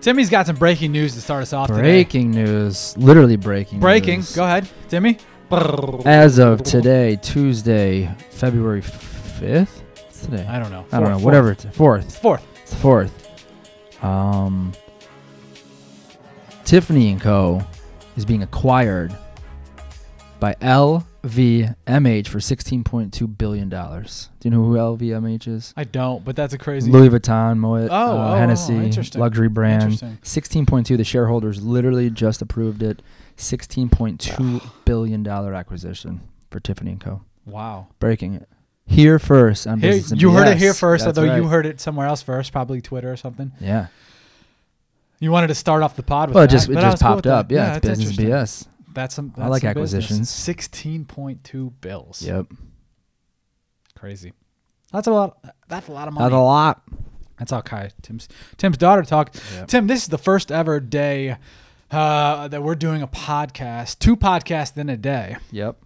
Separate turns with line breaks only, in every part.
Timmy's got some breaking news to start us off today.
Breaking news, literally breaking.
Breaking.
news.
Go ahead, Timmy.
As of today, Tuesday, February fifth. What's today?
I don't know.
I don't know.
Fourth,
Whatever. It's
fourth.
fourth.
Fourth.
It's the fourth. Um, Tiffany and Co. is being acquired by LVMH for sixteen point two billion dollars. Do you know who LVMH is?
I don't, but that's a crazy.
Louis Vuitton, Moet,
Oh, oh, oh,
uh, Hennessy,
interesting.
luxury brand.
Interesting.
16.2 the shareholders literally just approved it 16.2 billion dollar acquisition for tiffany and co
Wow.
breaking it here first on
Here,
business
you heard it
Yes,
here first,
that's
although you
right.
heard it somewhere else first, probably Twitter or something.
yeah
You wanted to start off the pod with
well it
that,
just it
but I
just
was cool
popped
with that.
up yeah, it's
that's
business
interesting.
bs
That's some.
I
That's
like
some
acquisitions.
Sixteen point two bills.
yep
Crazy. That's a lot. That's a lot of money.
not a lot
That's all Kai Tim's Tim's daughter talk.
Yep.
Tim, this is the first ever day uh, that we're doing a podcast, two podcasts in a day,
yep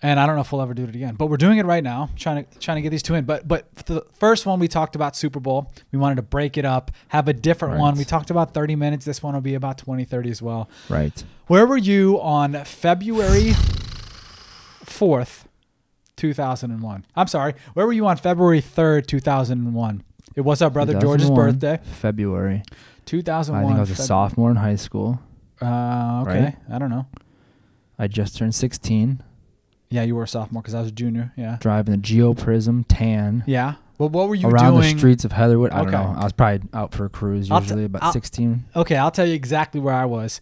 and I don't know if we'll ever do it again. But we're doing it right now, trying to trying to get these two in. But but the first one we talked about Super Bowl. We wanted to break it up, have a different
Right.
one. We talked about 30 minutes. This one will be about 20, 30 as well.
right
Where were you on February 4th, 2001? I'm sorry. Where were you on February 3rd, 2001? It was our brother George's
2001,
birthday.
february i
2001.
think i was a
Feb-
sophomore in high school
Uh, okay.
right?
I don't know.
i just turned 16
Yeah, you were a sophomore because I was a junior. Yeah.
driving a geo prism tan
Yeah. Well, what were you
around
doing?
the streets of heatherwood i don't
Okay.
know i was probably out for a cruise
I'll t-
usually about
I'll-
16
Okay, I'll tell you exactly where I was.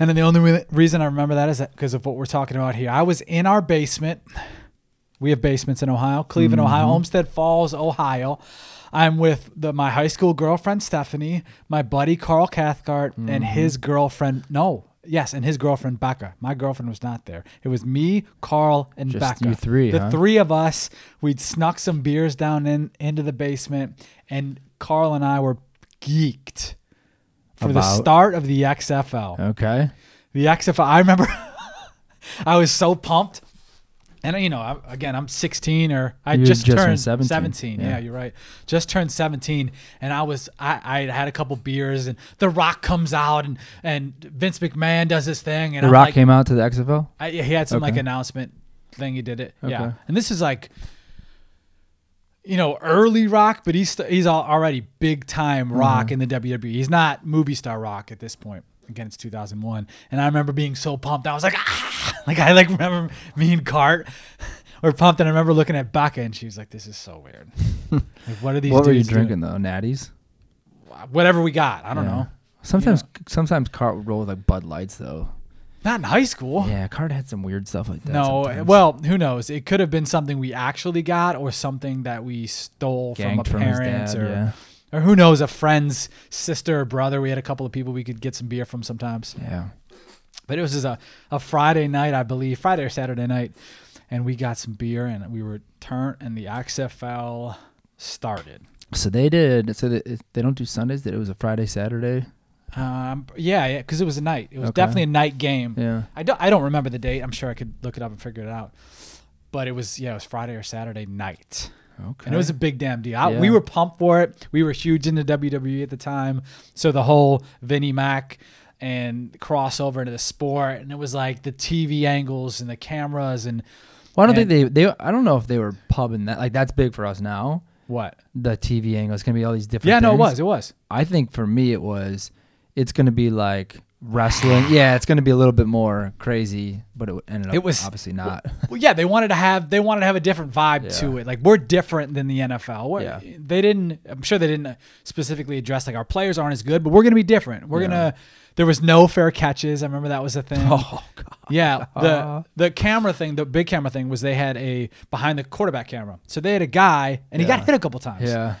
And then the only re- reason I remember that is because of what we're talking about here. I was in our basement. We have basements in Ohio,
Mm-hmm.
Cleveland, Ohio, Homestead Falls, Ohio. I'm with the my high school girlfriend Stephanie, my buddy Carl Cathcart,
Mm-hmm.
and his girlfriend. No, yes, and his girlfriend Becca. My girlfriend was not there. It was me, Carl, and
Just
Becca.
you three,
the
huh?
three of us. We'd snuck some beers down in into the basement, and Carl and I were geeked for the
About-
start of the XFL.
okay
The XFL. I remember I was so pumped. And you know, I, again, I'm 16 or I
You
just,
just turned
turned
17,
17.
yeah.
Yeah. you're right. Just turned 17 and I was I I had a couple beers and The Rock comes out and and Vince McMahon does his thing and
The
I'm
Rock
like,
came out to the XFL.
I, yeah, he had some like
Okay.
announcement thing. He did it. Yeah,
Okay.
and this is like, you know, early rock, but he's he's al- already big
Mm-hmm.
time rock in the WWE. He's not movie star rock at this point. Again, it's 2001, and I remember being so pumped. I was like, ah! like I like remember me and Cart were pumped, and I remember looking at Becca, and she was like, "This is so weird. like, what are these?
What were you
dudes doing?
drinking though? Natties.
Whatever we got. I don't
Yeah.
know.
Sometimes, sometimes Cart would roll with like Bud Lights though.
Not in high school.
Yeah, Cart had some weird stuff like that.
No,
sometimes.
well, who knows? It could have been something we actually got, or something that we stole from a
Ganked his
parent,
dad,
or
yeah.
or who knows, a friend's sister or brother. We had a couple of people we could get some beer from sometimes.
yeah,
But it was just a, a Friday night, I believe, Friday or Saturday night, and we got some beer and we were turned, and the XFL started.
So they did. So they, they don't do Sundays. That it was a Friday, Saturday.
Um, yeah, yeah, because it was a night. It was
Okay.
definitely a night game.
Yeah.
I don't, I don't remember the date. I'm sure I could look it up and figure it out. But it was yeah, it was Friday or Saturday night.
Okay.
And it was a big damn deal. I- We
Yeah.
were pumped for it. We were huge into WWE at the time. So the whole Vinnie Mac and crossover into the sport, and it was like the TV angles and the cameras and
well, I don't think they they. I don't know if they were pubbing that. Like that's big for us now.
what?
The TV angle. It's gonna be all these different.
yeah, no, it
things.
was. It was.
I think for me it was. It's gonna be like wrestling. Yeah, it's gonna be a little bit more crazy, but it ended up.
It was-
obviously not.
Well, yeah, they wanted to have they wanted to have a different vibe to
Yeah.
it. Like we're different than the NFL. We're-
Yeah.
They didn't. I'm sure they didn't specifically address like our players aren't as good, but we're gonna be different. We're
Yeah.
gonna. There was no fair catches. I remember that was a thing.
oh God.
Yeah, the the camera thing, the big camera thing was they had a behind the quarterback camera. So they had a guy, and he
Yeah.
got hit a couple times.
Yeah.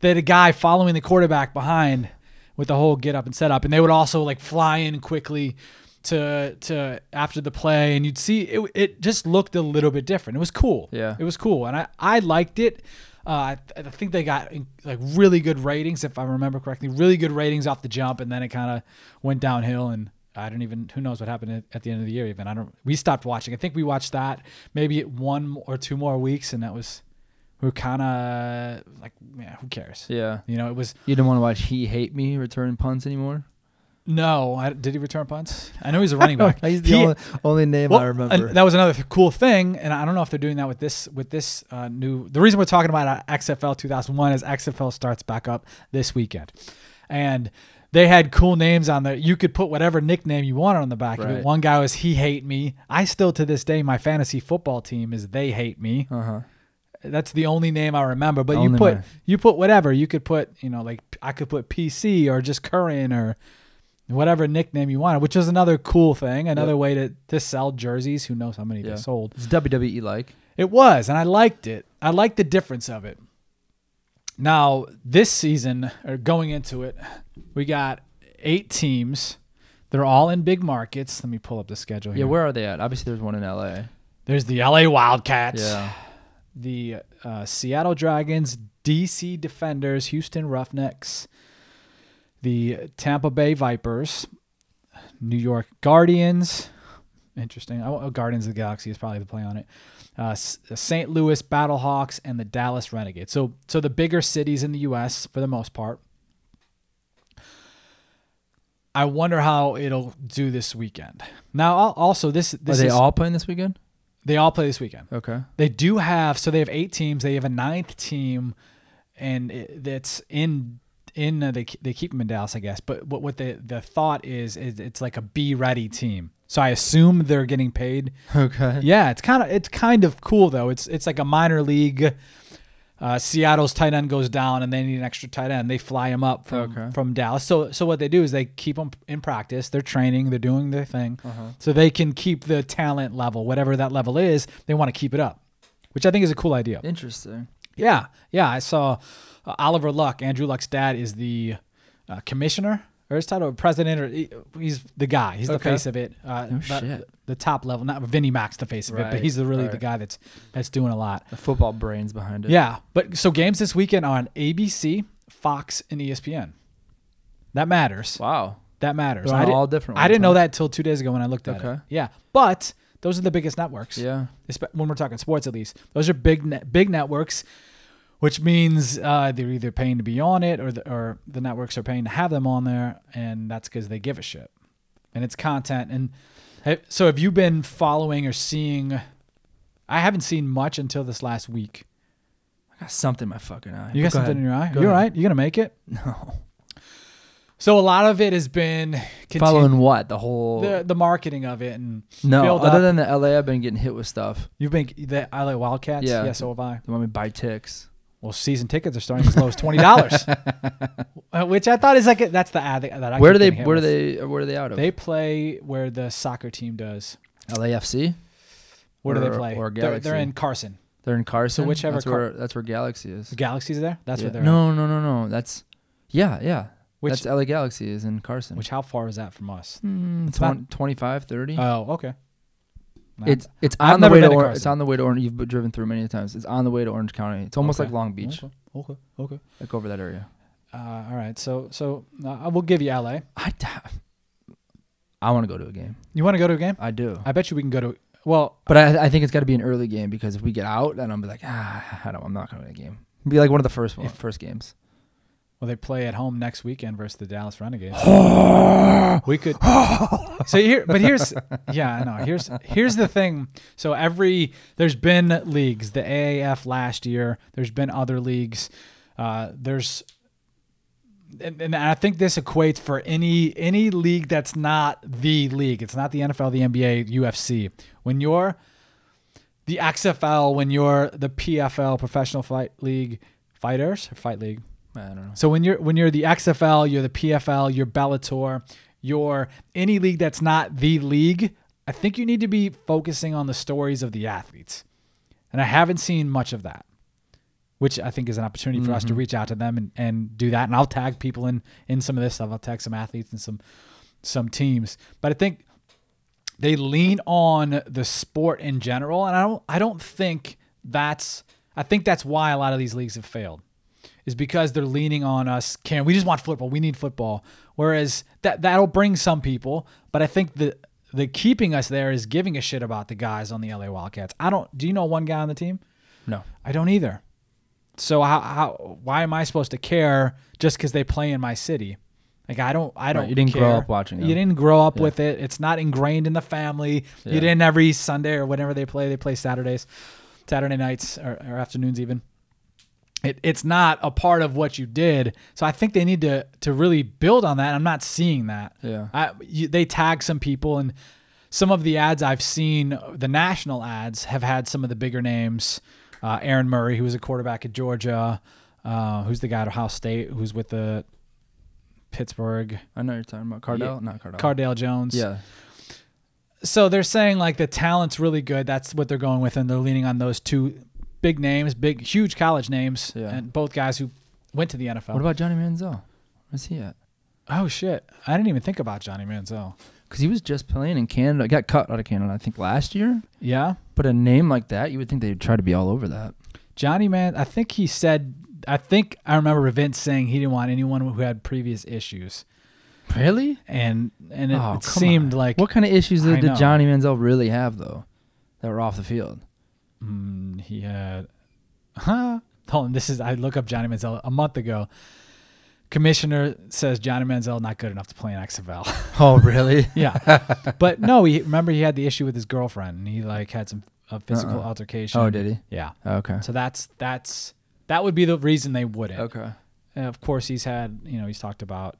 they had a guy following the quarterback behind with the whole get up and set up, and they would also like fly in quickly to to after the play, and you'd see it. It just looked a little bit different. It was cool.
Yeah.
it was cool, and I I liked it. Uh, I, I think they got like really good ratings, if I remember correctly. Really good ratings off the jump, and then it kind of went downhill. And I don't even who knows what happened at, at the end of the year. Even I don't. We stopped watching. I think we watched that maybe one or two more weeks, and that was we were kind of like, yeah, who cares?
Yeah.
You know, it was
You didn't want to watch He Hate Me return punts anymore?
no. I, did he return punts? I know he's a running back.
He's the
He-
only, only name
Well,
I
and
remember.
that was another th- cool thing, and I don't know if they're doing that with this with this uh, new. The reason we're talking about uh, XFL 2001 is XFL starts back up this weekend, and they had cool names on there. You could put whatever nickname you wanted on the back of
Right.
it. One guy was "He Hate Me." I still to this day, my fantasy football team is "They Hate Me."
uh huh.
That's the only name I remember. But
Only
you put
man.
you put whatever. You could put you know like I could put PC or just Curran or whatever nickname you wanted, which is another cool thing, another
Yep.
way to to sell jerseys. Who knows how many
Yeah.
they sold?
It's WWE E like.
It was, and I liked it. I liked the difference of it. Now this season or going into it, we got eight teams. They're all in big markets. Let me pull up the schedule
Yeah,
here.
where are they at? Obviously, there's one in LA.
There's the LA Wildcats.
Yeah.
the uh, Seattle Dragons, DC Defenders, Houston Roughnecks, the Tampa Bay Vipers, New York Guardians. Interesting. Oh, oh, Guardians of the Galaxy is probably the play on it. Uh, S- St. Louis Battlehawks and the Dallas Renegades. So, so the bigger cities in the U.S. for the most part. I wonder how it'll do this weekend. Now, al- also this
Are
this
they
is,
all playing this weekend?
they all play this weekend.
Okay.
They do have so they have eight teams. They have a ninth team, and it, that's in in uh, they ke- they keep them in Dallas, I guess. But what what the the thought is is it's like a be ready team. So I assume they're getting paid.
Okay.
Yeah, it's kind of it's kind of cool though. It's it's like a minor league. Uh, Seattle's tight end goes down, and they need an extra tight end. They fly him up from
Okay.
from Dallas. So so what they do is they keep them in practice. They're training. They're doing their thing
Uh-huh.
so they can keep the talent level, whatever that level is. They want to keep it up, which I think is a cool idea.
Interesting.
Yeah, yeah. I saw uh, Oliver Luck, Andrew Luck's dad, is the uh, commissioner or his title, president, or he- he's the guy. He's the
Okay.
face of it. Uh,
No
the,
shit.
the top level, not Vinnie Mac's the face of it, but
Right,
he's the, really the
right.
guy that's that's doing a lot.
The football brains behind it.
Yeah, but so games this weekend on ABC, Fox, and E ESPN. That matters.
Wow.
That matters.
They're on
I did-
all different
I
ones,
didn't know
huh?
that till two days ago when I looked at it.
Okay.
Yeah, but those are the biggest networks.
Yeah.
Espe- When we're talking sports, at least those are big ne- big networks, which means uh, they're either paying to be on it or the, or the networks are paying to have them on there, and that's because they give a shit, and it's content. And hey, so, have you been following or seeing? I haven't seen much until this last week.
I got something in my fucking eye.
You got
Go
something
ahead.
in your eye?
Go
you all
ahead.
right? You gonna make it?
No.
So a lot of it has been continu-
Following what? The whole.
the the marketing of it and.
no.
build
Other
up.
than the LA, I've been getting hit with stuff.
You've been the LA Wildcats.
Yeah.
Yeah. so have I.
They want me to buy ticks.
Well, season tickets are starting as low as twenty dollars, Uh, which I thought is like a, that's the ad that I
where do
keep
they?
getting hit
Where do
with.
they? Where are they out of?
They play where the soccer team does.
LAFC.
Where do
Or-
they play?
or
they're, they're
Galaxy.
in Carson.
They're in Carson.
whichever
That's
Car-
where, that's where Galaxy is.
The Galaxy's there. That's
yeah.
where they're. at.
No, no, no, no. That's. Yeah, yeah.
Which
that's LA Galaxy is in Carson.
which how far is that from us?
Mm,
It's
20, 25, 30.
Oh, okay. Nah,
it's it's
I've
on the
never
way to
been to
or-
Carson.
it's on the way to Orange. You've b- driven through many times. It's on the way to Orange County. It's almost
Okay.
like Long Beach,
Okay. Okay. okay.
like over that area.
Uh, all right. So so uh, I will give you LA.
I, d- I want to go to a game.
You want to go to a game?
I do,
I bet you we can go to. Well,
but I, I think it's got to be an early game because if we get out, then I'm be like, ah, I don't, I'm not going to a game. Be like one of the first one,
If-
first games.
Well, they play at home next weekend versus the Dallas Renegades. we could. so here, but here's yeah, I know. Here's here's the thing. So every there's been leagues. The AAF last year. There's been other leagues. Uh, there's. And, and I think this equates for any any league that's not the league. It's not the NFL, the NBA, UFC. When you're the XFL, when you're the PFL, Professional Fight League fighters or fight league,
I don't know.
so when you're when you're the XFL, you're the PFL, you're Bellator, you're any league that's not the league, I think you need to be focusing on the stories of the athletes. And I haven't seen much of that. Which I think is an opportunity for us to reach out to them and, and do that. And I'll tag people in in some of this stuff. I'll tag some athletes and some some teams. But I think they lean on the sport in general and I don't I don't think that's I think that's why a lot of these leagues have failed is because they're leaning on us can we just want football we need football whereas that that'll bring some people but I think the the keeping us there is giving a shit about the guys on the LA Wildcats. I don't do you know one guy on the team?
No,
I don't either. So how, how why am I supposed to care just because they play in my city? Like I don't I don't.
you didn't grow
care.
up watching
You
them.
didn't grow up
Yeah.
with it. It's not ingrained in the family.
Yeah.
You didn't every Sunday or whenever they play. They play Saturdays, Saturday nights or, or afternoons even. It, it's not a part of what you did. So I think they need to to really build on that. I'm not seeing that.
Yeah.
I, you, they tag some people and some of the ads I've seen, the national ads have had some of the bigger names. Uh, Aaron Murray, who was a quarterback at Georgia, uh, who's the guy at Ohio State, who's with the Pittsburgh,
I know you're talking about Cardell, not Cardell.
Cardale Jones.
yeah,
So they're saying like the talent's really good. That's what they're going with, and they're leaning on those two big names, big, huge college names,
Yeah.
and both guys who went to the NFL.
What about Johnny Manziel? Where's he at?
oh shit! I didn't even think about Johnny Manziel.
Because he was just playing in Canada. Got cut out of Canada, I think, last year.
Yeah.
But a name like that, you would think they'd try to be all over that.
Johnny Man, I think he said, I think I remember Vince saying he didn't want anyone who had previous issues,
Really?
and and it,
Oh,
it
come
seemed
on.
like
What kind of issues
I
did,
know.
did Johnny Manziel really have though, that were off the field?
mm, he had. Huh? Hold on, this is I look up Johnny Manziel a month ago. Commissioner says Johnny Manziel not good enough to play in XFL.
Oh, really?
yeah, but no, he remember he had the issue with his girlfriend, and he like had some a physical
Uh-uh.
altercation.
oh, did he?
Yeah,
Okay.
so that's that's that would be the reason they wouldn't.
Okay.
And Uh, of course, he's had, you know, he's talked about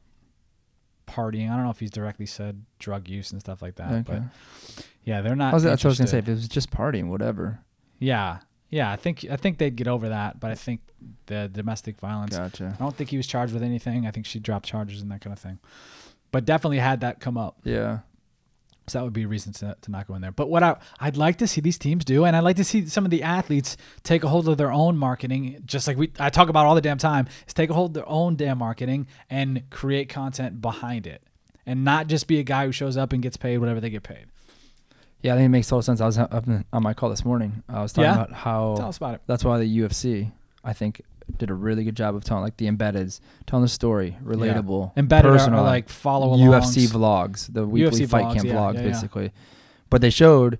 partying. I don't know if he's directly said drug use and stuff like that.
Okay.
But yeah, they're not.
I was, that's what I was gonna say.
interested.
If it was just partying, whatever.
Yeah, yeah. I think I think they'd get over that, but I think the domestic violence.
Gotcha.
I don't think he was charged with anything. I think she dropped charges and that kind of thing. But definitely had that come up,
Yeah.
so that would be a reason to, to not go in there. But what I I'd like to see these teams do, and I'd like to see some of the athletes take a hold of their own marketing, just like we I talk about all the damn time, is take a hold of their own damn marketing and create content behind it, and not just be a guy who shows up and gets paid whatever they get paid.
Yeah, I think it makes total sense. I was ha- up in- on my call this morning. I was talking
Yeah?
about how
Tell us about it.
that's why the UFC, I think, did a really good job of telling like the embeds, telling the story, relatable,
Embedded are- are,
personal,
like follow along.
UFC vlogs, the weekly
UFC
fight
vlogs,
camp
yeah,
vlogs,
yeah, yeah.
basically. But they showed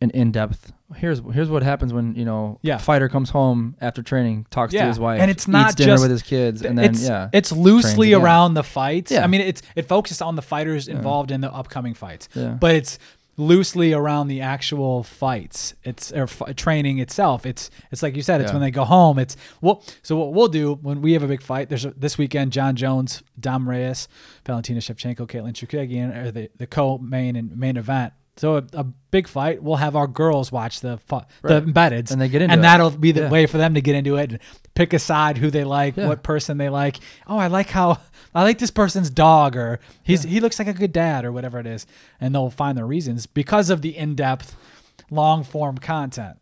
an in-depth. Here's here's what happens when you know
Yeah.
fighter comes home after training, talks to
Yeah.
his wife,
And it's not
eats dinner
just-
with his kids, and then
it's,
yeah,
it's loosely
again.
around the fights.
Yeah.
I mean, it's it focuses on the fighters involved in the upcoming fights,
Yeah.
but it's loosely around the actual fights. It's or f- training itself. It's it's like you said. It's
Yeah.
when they go home. It's well. So what we'll do when we have a big fight? There's a, this weekend. John Jones, Dom Reyes, Valentina Shevchenko, Caitlin Chukagian are the the co-main and main event. So a, a big fight. We'll have our girls watch the fu- the
Right.
embeddeds,
And they get into
and
it.
that'll be the
Yeah.
way for them to get into it and pick a side who they like,
Yeah.
what person they like. Oh, I like how I like this person's dog, or he's he looks like a good dad, or whatever it is, and they'll find their reasons because of the in-depth, long-form content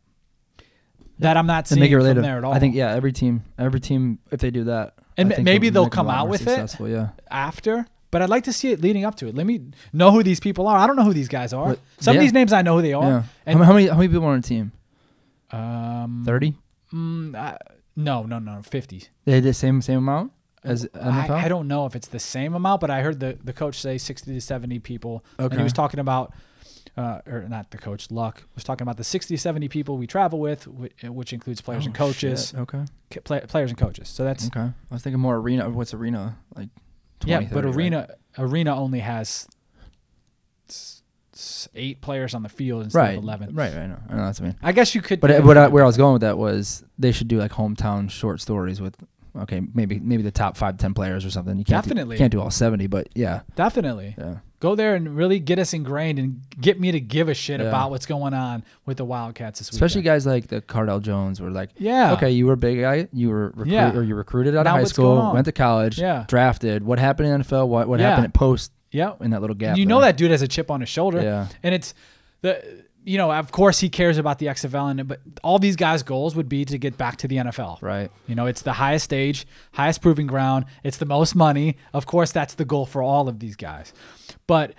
that I'm not
and
seeing
make it
from
relatable.
there at all.
I think yeah, every team, every team, if they do that,
And
I
ma-
think
maybe
it would
they'll
make them a
come
lot
out
more
with it.
successful, Yeah,
after. But I'd like to see it leading up to it. Let me know who these people are. I don't know who these guys are.
What-
Some of
yeah.
these names I know who they
yeah.
are. Mm-hmm.
How many- how many how many people on a team?
Um,
Thirty.
mm, I- no, no, no, fifty.
They did the same same amount as NFL.
I, I don't know if it's the same amount, but I heard the, the coach say 60 to 70 people. And he
Okay.
was talking about, uh, or not the coach, Luck, was talking about the 60 to 70 people we travel with, which, which includes players and
Oh,
coaches.
shit. Okay.
Ca- Play, players and coaches. So that's,
Okay. I was thinking more arena. What's arena like? 20,
yeah, but
30, Mm-hmm. right?
Arena arena only has s- s- eight players on the field instead
Right.
of 11.
Right. I know. I know that's what I mean.
I guess you could.
But uh, it- what I, where I was going with that was they should do like hometown short stories with. Okay, maybe maybe the top five ten players or something. You can't do-
Definitely.
can't do all seventy, but yeah,
definitely.
yeah,
Go there and really get us ingrained and get me to give a shit
Yeah.
about what's going on with the Wildcats this week.
especially guys like the Cardell Jones were like,
Yeah.
okay, you were a big guy, you were recruit,
Yeah.
or you recruited out
Now
of high
what's going
school,
on?
went to college,
Yeah.
drafted. What happened in NFL? What what
Yeah.
happened at post
Yep.
in that little gap?
And you know
there?
that dude has a chip on his shoulder.
Yeah.
And it's the you know, of course he cares about the XFL and but all these guys' goals would be to get back to the NFL.
right?
You know, it's the highest stage, highest proving ground, it's the most money. Of course that's the goal for all of these guys. But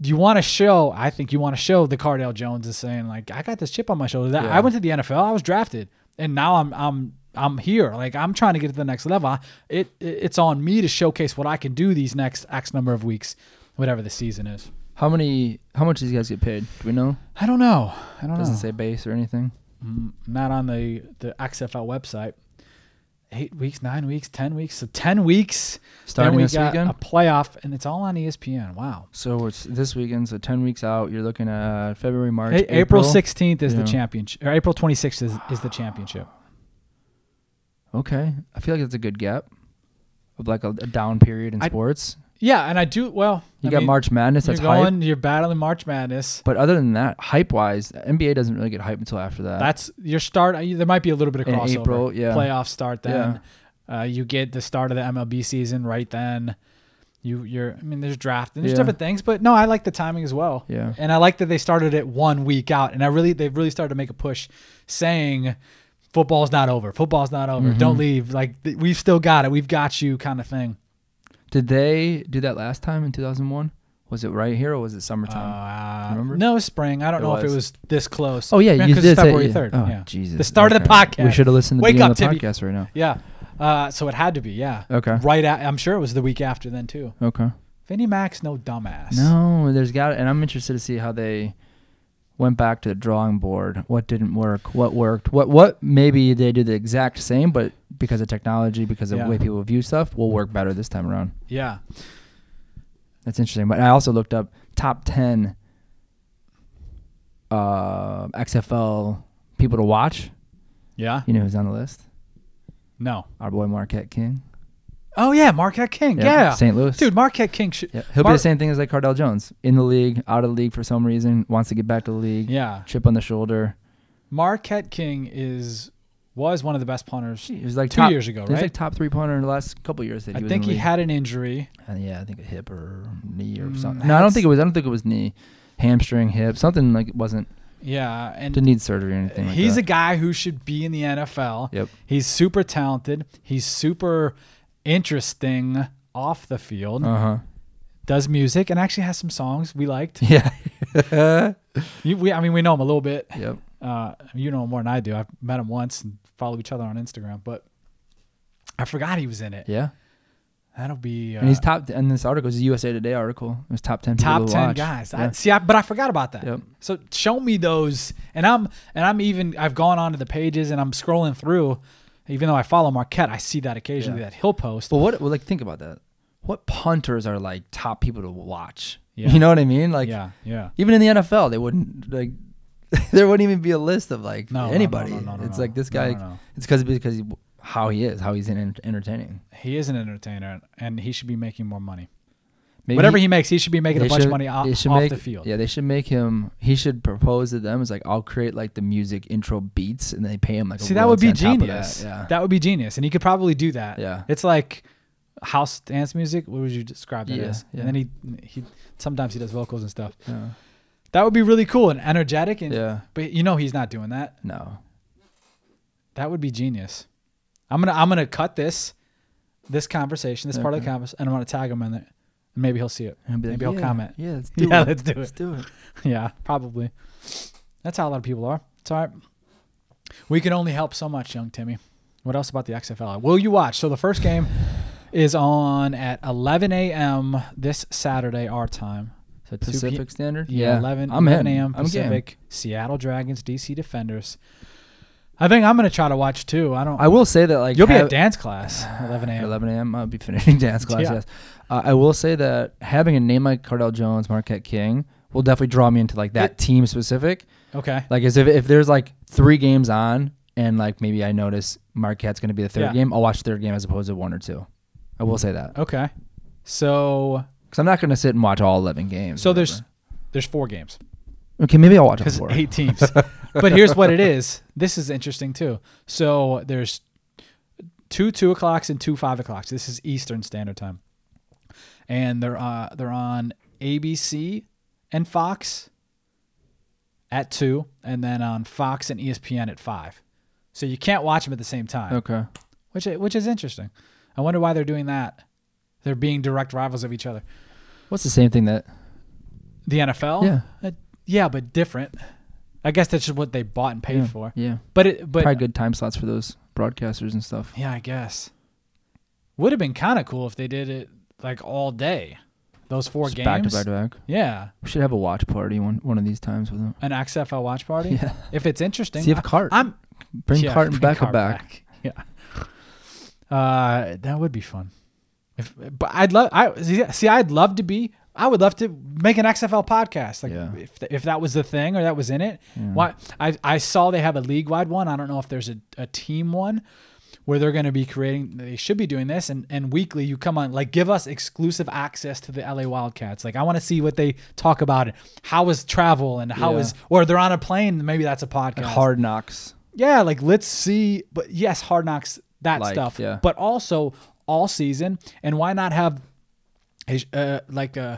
you want to show, I think you want to show the Cardell Jones is saying like, I got this chip on my shoulder. That
Yeah.
I went to the NFL, I was drafted, and now I'm I'm I'm here. Like I'm trying to get to the next level. I- It, it it's on me to showcase what I can do these next X number of weeks, whatever the season is.
How many? How much these guys get paid? Do we know?
I don't know. Mm, I don't
Doesn't
know.
say base or anything.
Not on the the XFL website. eight weeks, nine weeks, ten weeks. So ten weeks. Then
Starting
we
this
got
weekend.
a playoff, and it's all on E ESPN. Wow.
so it's this weekend. So ten weeks out. You're looking at uh, February, March,
A- April sixteenth is
Yeah.
the championship, or April twenty sixth is, is the championship.
Okay, I feel like that's a good gap of like a, a down period in
I-
sports.
Yeah, and I do well. I
You got
mean,
March Madness.
You're
That's hype.
going. You're battling March Madness.
But other than that, hype wise, NBA doesn't really get hype until after that.
That's your start. uh, you- There might be a little bit of
In
crossover.
April, yeah.
Playoff start then. Uh, you get the start of the MLB season right then. You, you're. I mean, there's draft and there's
Yeah.
different things, but no, I like the timing as well.
yeah.
And I like that they started it one week out. And I really, they really started to make a push saying, football's not over. Football's not over.
Mhm.
Don't leave. Like, th- we've still got it. We've got you kind of thing.
Did they do that last time in 2001? Was it right here or was it summertime?
Uh,
Remember?
No, spring. I don't
It
know if
was.
it was this close.
oh yeah,
Man,
you
'cause
did
it's
say-
February
yeah.
3rd.
Oh
yeah.
Jesus!
The start of the
We
podcast.
should have listened to the
Wake
beginning
up,
of the
Timmy.
podcast right now.
Yeah. Uh, so it had to be. Yeah.
Okay.
Right. At, I'm sure it was the week after then, too.
Okay.
Vinnie Mac's no dumbass.
No, there's got, and I'm interested to see how they went back to the drawing board. What didn't work? What worked? What what maybe they did the exact same, but because of technology, because of
Yeah.
the way people view stuff, will work better this time around.
Yeah.
That's interesting. But I also looked up top ten uh, XFL people to watch.
Yeah.
You know who's on the list?
No.
Our boy Marquette King.
Oh, yeah. Marquette King.
Yep,
Yeah.
St. Louis.
Dude, Marquette King. Sh-
Yep. He'll be
Mar-
the same thing as like Cardell Jones. In the league, out of the league for some reason, wants to get back to the league.
yeah.
Chip on the shoulder.
Marquette King is was one of the best punters.
He was like
Two
top-
years ago,
He was
right?
like top three punter in the last couple years that he
I
was
think
in the
he
league.
had an injury.
And yeah, I think a hip or knee or
Mm,
something. No, I don't
that's-
think it was. I don't think it was knee, hamstring, hip, something like it wasn't
Yeah, and
didn't need surgery or anything. like
he's
that.
a guy who should be in the NFL.
Yep.
He's super talented. He's super interesting off the field.
uh huh.
Does music and actually has some songs we liked.
Yeah.
you, we, I mean, we know him a little bit.
yep.
Uh, you know him more than I do. I've met him once and follow each other on Instagram, but I forgot he was in it.
Yeah.
That'll be uh,
And he's top. And this article is a USA Today article. It was top ten.
top
people to
ten
watch.
guys.
Yeah.
I, see, I, but I forgot about that.
Yep.
So show me those, and I'm and I'm even I've gone onto the pages and I'm scrolling through. Even though I follow Marquette, I see that occasionally
Yeah.
that he'll post.
But what? Well, like think about that. What punters are like top people to watch?
Yeah.
You know what I mean? Like
yeah, yeah,
even in the NFL, they wouldn't like. there wouldn't even be a list of like
no, no, no,
anybody.
no, no, no,
it's
no.
like this
No,
guy.
no, no.
It's because because he, how he is, how he's in, entertaining.
He is an entertainer, and he should be making more money.
Maybe
Whatever
he-
he, makes, he should be making a
they
bunch
should-
of money off,
they
off
should make-
the field.
Yeah, they should make him. He should propose to them. It's like I'll create like the music intro beats, and they pay him like. a
See, that would be
royalty on top of
genius.
That. Yeah.
That would be genius, and he could probably do that.
Yeah.
it's like house dance music. What would you describe that
Yeah,
as?
yeah.
And then he he sometimes he does vocals and stuff.
yeah.
That would be really cool and energetic. And
Yeah.
but you know he's not doing that.
No.
That would be genius. I'm gonna I'm gonna cut this this conversation, this part of the
Okay.
conversation, and I'm gonna tag him in it. And maybe he'll see it.
And be like,
Maybe he'll
yeah,
comment.
Yeah, let's do
yeah,
it.
let's do
Let's
it.
do it.
Yeah, probably. That's how a lot of people are. It's all right. We can only help so much, young Timmy. What else about the XFL? Will you watch? So the first game is on at 11 a.m. this Saturday, our time. So 2 p-
Pacific Standard.
Yeah, 11,
I'm
11
in.
a.m.
I'm game.
Pacific. Seattle Dragons, DC Defenders. I think I'm gonna try to watch too. I don't.
I will say that like
You'll be
have-
at dance class 11
at
a.m.
11 a.m. I'll be finishing dance class.
Yeah.
Yes. Uh, I will say that having a name like Cardell Jones, Marquette King, will definitely draw me into like that
It-
team specific.
Okay.
Like as if if there's like three games on and like maybe I notice Marquette's going to be the third
Yeah.
game, I'll watch the third game as opposed to one or two. I will say that
Okay. So
because I'm not going to sit and watch all 11 games.
so
or
there's
whatever.
there's four games
okay, maybe I'll watch all
because
four.
eight teams. but here's what it is. This is interesting too. So there's two two o'clocks and two five o'clocks. This is Eastern Standard Time, and they're uh, they're on ABC and Fox at two, and then on Fox and E ESPN at five. So you can't watch them at the same time.
Okay,
which which is interesting. I wonder why they're doing that. They're being direct rivals of each other.
what's the same thing that?
The NFL,
Yeah.
Uh, yeah, but different. I guess that's just what they bought and paid
yeah,
for.
Yeah,
But it, but
probably good time slots for those broadcasters and stuff.
yeah, I guess would have been kind of cool if they did it like all day, those four
Just
games.
back to back to back.
Yeah,
We should have a watch party one one of these times with them.
an XFL watch party.
Yeah.
If it's interesting,
See if
I-
Cart
I'm
bring
yeah,
Cart and
bring
Becca
Cart
back.
Yeah. Uh, that would be fun. If, but I'd love. I see. I'd love to be. I would love to make an XFL podcast. Like
Yeah.
if if that was the thing or that was in it.
Yeah.
Why I I saw they have a league wide one. I don't know if there's a, a team one where they're going to be creating. They should be doing this and and weekly you come on like give us exclusive access to the LA Wildcats. Like I want to see what they talk about. How is travel and how
Yeah.
is or they're on a plane. Maybe that's a podcast.
Like hard knocks.
Yeah, like let's see. But yes, Hard Knocks that
Like,
stuff.
yeah.
But also all season, and why not have, a- uh, like uh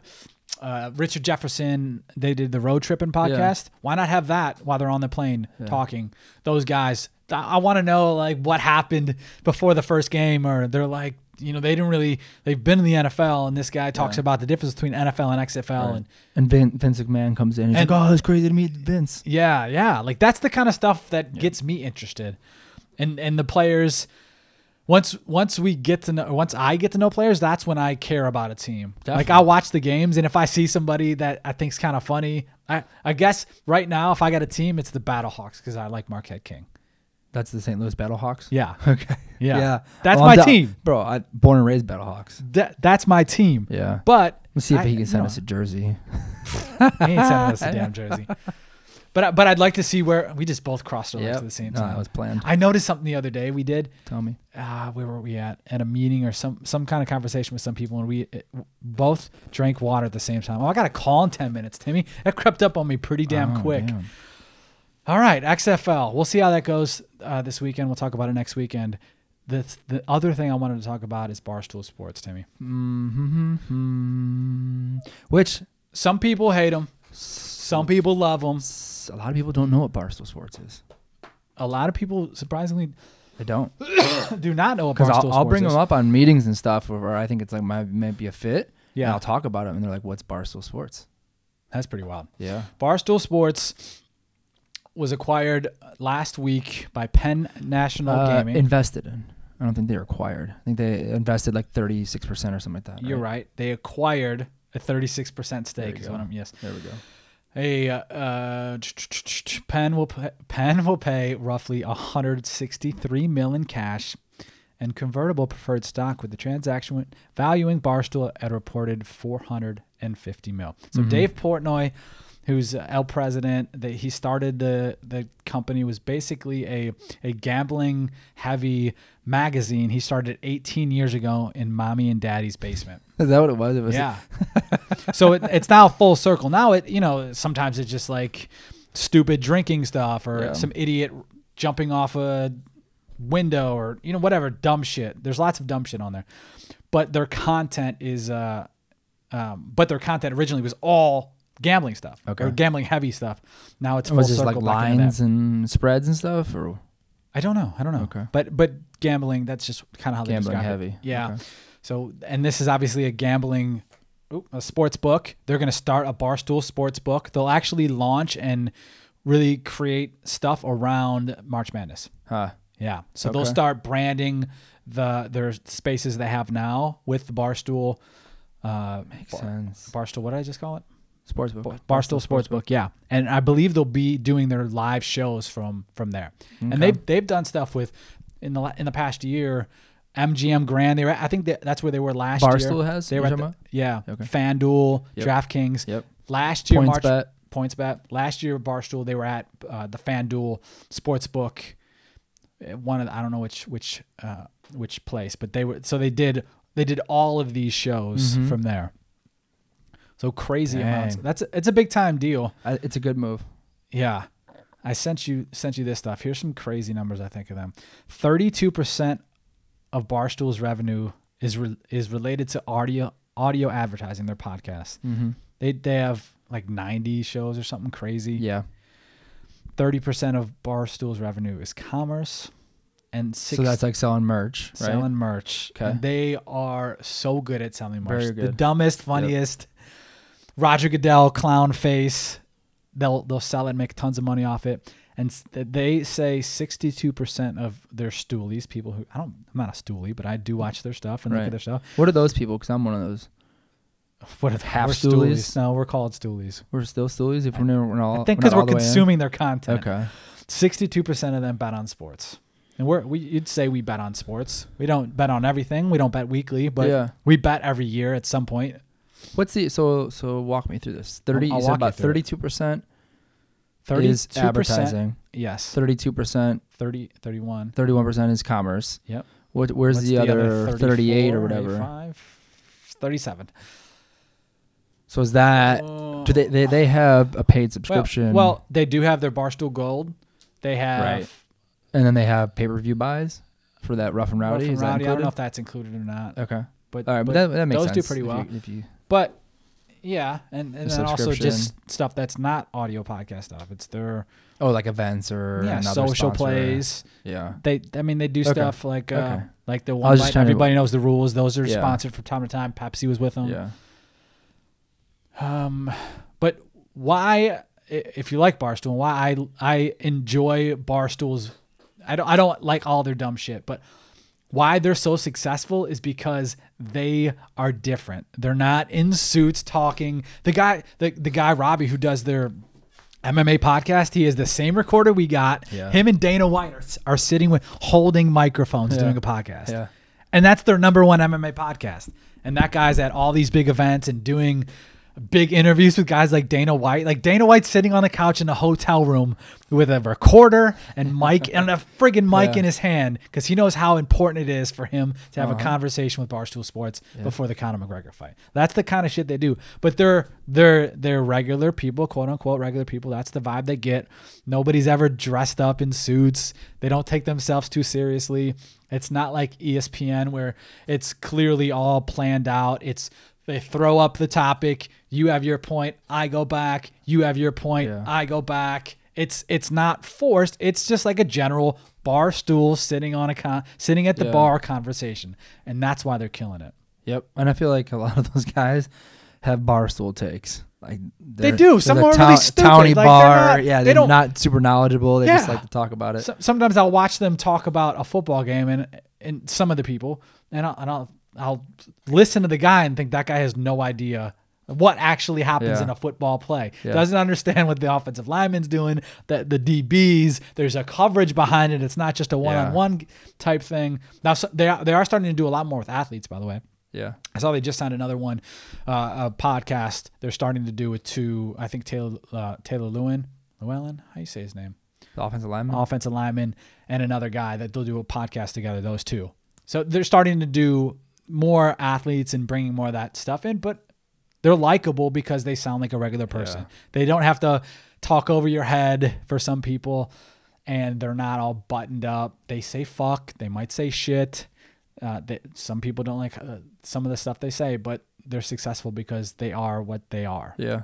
uh, Richard Jefferson? They did the road tripping podcast. Why not have that while they're on the plane talking? Those guys. I, I want to know like what happened before the first game, or they're like. You know they didn't really. They've been in the NFL, and this guy talks about the difference between NFL and XFL, and
And Vin, Vince McMahon comes in. He's
And-
like, "Oh, it's crazy to meet Vince."
yeah, yeah. Like that's the kind of stuff that gets me interested. And and the players once once we get to know once I get to know players, that's when I care about a team. Like
Definitely.
I watch the games and if I see somebody that I think's kind of funny, I I guess right now if I got a team, it's the Battlehawks because I like Marquette King.
That's the St. Louis Battlehawks.
Yeah.
Okay.
Yeah.
yeah.
That's
Well,
my
I'm down-
team.
bro. I born and raised Battlehawks.
That that's my team.
Yeah.
But
Let's see if
I-
he can send
no.
us a jersey.
he ain't sending us a damn jersey. But I- but I'd like to see where we just both crossed our legs at the same
No,
time.
that was planned.
I noticed something the other day we did.
Tell me.
ah, where were we at? At a meeting or some some kind of conversation with some people, and we uh, both drank water at the same time. Oh, I got a call in ten minutes, Timmy. That crept up on me pretty damn
Oh,
quick.
damn.
All right, XFL. We'll see how that goes uh, this weekend. We'll talk about it next weekend. The the other thing I wanted to talk about is barstool sports, Timmy.
Mm-hmm. Which
Some people hate them. Some people love them.
s- a lot of people don't know what Barstool Sports is.
A lot of people surprisingly
They don't.
do not know what
Because
barstool
I'll,
sports
I'll bring
is.
them up on meetings and stuff where I think it's like might, might be a fit. And
Yeah,
I'll talk about them and they're like, what's Barstool Sports?
that's pretty wild.
Yeah.
Barstool Sports was acquired last week by Penn National
Uh,
Gaming.
invested in. I don't think they were acquired. I think they invested like 36% or something like that.
You're right. They acquired a 36%
There
stake
you
is
go.
what I'm yes.
There we go.
A uh, uh, ch- ch- ch- ch- Penn will pay, Penn will pay roughly 163 mil in cash and convertible preferred stock with the transaction valuing Barstool at a reported 450 mil. So Dave Portnoy who's el president that he started the the company was basically a a gambling heavy magazine he started 18 years ago in mommy and daddy's basement
Is that what it was? It was
yeah. so it, it's now full circle. Now it, you know, sometimes it's just like stupid drinking stuff or
Yeah.
some idiot jumping off a window or you know whatever dumb shit. There's lots of dumb shit on there, but their content is, uh, um, but their content originally was all gambling stuff
Okay.
or gambling heavy stuff. Now it's full
was this
circle
like
back into that.
lines and spreads and stuff or
I don't know. I don't know.
Okay.
But but gambling, that's just kind of how they
Gambling
describe it.
heavy.
Yeah.
Okay.
So and this is obviously a gambling, oop, a sports book. They're going to start a barstool sports book. They'll actually launch and really create stuff around March Madness.
huh
Yeah. So they'll
Okay.
start branding the their spaces they have now with the barstool. Uh,
makes
bar-
sense
Barstool. What did I just call it?
sports book
Bar- Barstool Sportsbook, yeah, and I believe they'll be doing their live shows from from there. And they've they've done stuff with in the la- in the past year, MGM Grand. They were I think that, that's where they were last year.
Barstool has?
they
You're
were at
talking
the, yeah,
Okay.
FanDuel,
Yep.
DraftKings.
yep
Last year,
Points
March
bet.
points bet. Last year, Barstool they were at uh, the FanDuel Sportsbook. uh, One of the, I don't know which which uh, which place, but they were so they did they did all of these shows
Mhm.
from there. So crazy amounts.
Dang.
That's it's a big time deal.
I, Uh, it's a good move
Yeah. I sent you sent you this stuff. Here's some crazy numbers I think of them. 32% of Barstool's revenue is re- is related to audio audio advertising their podcast.
mm-hmm.
They they have like 90 shows or something crazy.
yeah
30% of Barstool's revenue is commerce and six,
so that's like selling merch right
selling merch.
Okay.
And they are so good at selling merch.
Very
The
good.
dumbest, funniest Roger Goodell clown face. They'll they'll sell it, and make tons of money off it. And s- th- they say 62% of their stoolies, people who I don't I'm not a stoolie, but I do watch their stuff and look
Right.
at their stuff.
what are those people because i'm one of those
What if
Half
we're
stoolies?
No, we're called stoolies.
we're still stoolies if we're, never, we're all
I think
we're not
because we're
all the way in?
consuming their content.
okay
62% of them bet on sports. And we're we you'd say we bet on sports. We don't bet on everything. We don't bet weekly, but
Yeah.
we bet every year at some point.
What's the so so walk me through this? Thirty.
I'll walk
you said
you
about
through it.
thirty-two percent
Thirty
is advertising.
Yes.
Thirty-two percent,
30 31.
thirty-one percent is commerce.
Yep.
What? Where's
What's
the, other,
34,
thirty-eight or whatever?
85, 37.
So is that? Do they, they they have a paid subscription?
Oh. Well, well, they do have their Barstool Gold. They have
Right. and then they have pay-per-view buys for that rough and
Rough
rowdy.
and
is
Rowdy.
that
I don't know
included?
if that's included or not.
okay.
But,
All right,
but,
but, that, that makes
those
sense.
do pretty
if you-
well.
if you
but, yeah, and, and
The
then also just
subscription.
stuff that's not audio podcast stuff. It's their
Oh, like events or
yeah,
another
social
sponsor.
plays.
Yeah.
They, I mean, they do
Okay.
stuff like uh,
Okay.
like the
was
one.
just
Bite,
trying to-
everybody knows the rules. Those are
Yeah.
sponsored from time to time. Pepsi was with them.
Yeah.
Um, but why, i- if you like Barstool, why I I enjoy Barstool's, I don't I don't like all their dumb shit, but why they're so successful is because they are different. They're not in suits talking. The guy, the the guy Robbie who does their MMA podcast, he is the same recorder we got.
Yeah.
Him and Dana White are, s- are sitting with holding microphones
Yeah.
doing a podcast.
Yeah.
And that's their number one MMA podcast. And that guy's at all these big events and doing big interviews with guys like Dana White. Like Dana White's sitting on the couch in a hotel room with a recorder and mic and a friggin' mic
Yeah.
in his hand because he knows how important it is for him to have a
Uh-huh.
conversation with Barstool Sports
Yeah.
before the Conor McGregor fight. That's the kind of shit they do. But they're they're they're regular people, quote unquote regular people. That's the vibe they get. Nobody's ever dressed up in suits. They don't take themselves too seriously. It's not like E ESPN where it's clearly all planned out. It's they throw up the topic, you have your point, I go back, you have your point,
Yeah.
I go back. It's it's not forced. It's just like a general bar stool sitting on a con- sitting at the
Yeah.
bar conversation, and that's why they're killing it.
Yep. And I feel like a lot of those guys have barstool takes. Like
They
they're-
do.
they're
Some
the
are really
town-
stupid.
Towny
Like, they're
bar.
not-
yeah.
they
They're
don't-
not super knowledgeable. They just
Yeah.
like to talk about it.
So, sometimes I'll watch them talk about a football game and and some of the people, and I'll, and I'll I'll listen to the guy and think that guy has no idea what actually happens
Yeah.
in a football play.
Yeah.
Doesn't understand what the offensive lineman's doing, that the DBs. There's a coverage behind it. It's not just a one-on-one type thing. Now so, they are, they are starting to do a lot more with athletes, by the way.
yeah.
I saw they just signed another one, uh, a podcast they're starting to do with two. I think Taylor uh, Taylor Lewin, Llewellyn, how you say his name,
The offensive lineman.
offensive lineman, and another guy that they'll do a podcast together. Those two. So they're starting to do more athletes and bringing more of that stuff in, but they're likable because they sound like a regular person.
Yeah.
They don't have to talk over your head for some people, and they're not all buttoned up. They say fuck. They might say shit. Uh, that some people don't like uh, some of the stuff they say, but they're successful because they are what they are.
yeah.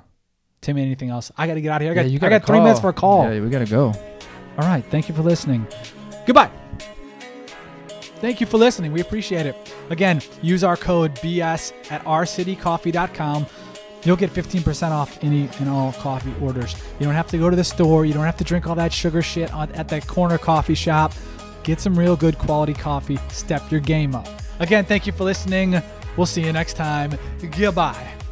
Tim, anything else? I got to get out of here. I got,
yeah, you
I
gotta
got three minutes
call.
for a call.
Yeah, we gotta go.
All right. Thank you for listening. Goodbye. Thank you for listening. We appreciate it. Again, use our code BS at rcitycoffee.com. You'll get 15% off any and all coffee orders. You don't have to go to the store. You don't have to drink all that sugar shit on, at that corner coffee shop. Get some real good quality coffee. Step your game up. Again, thank you for listening. We'll see you next time. Goodbye.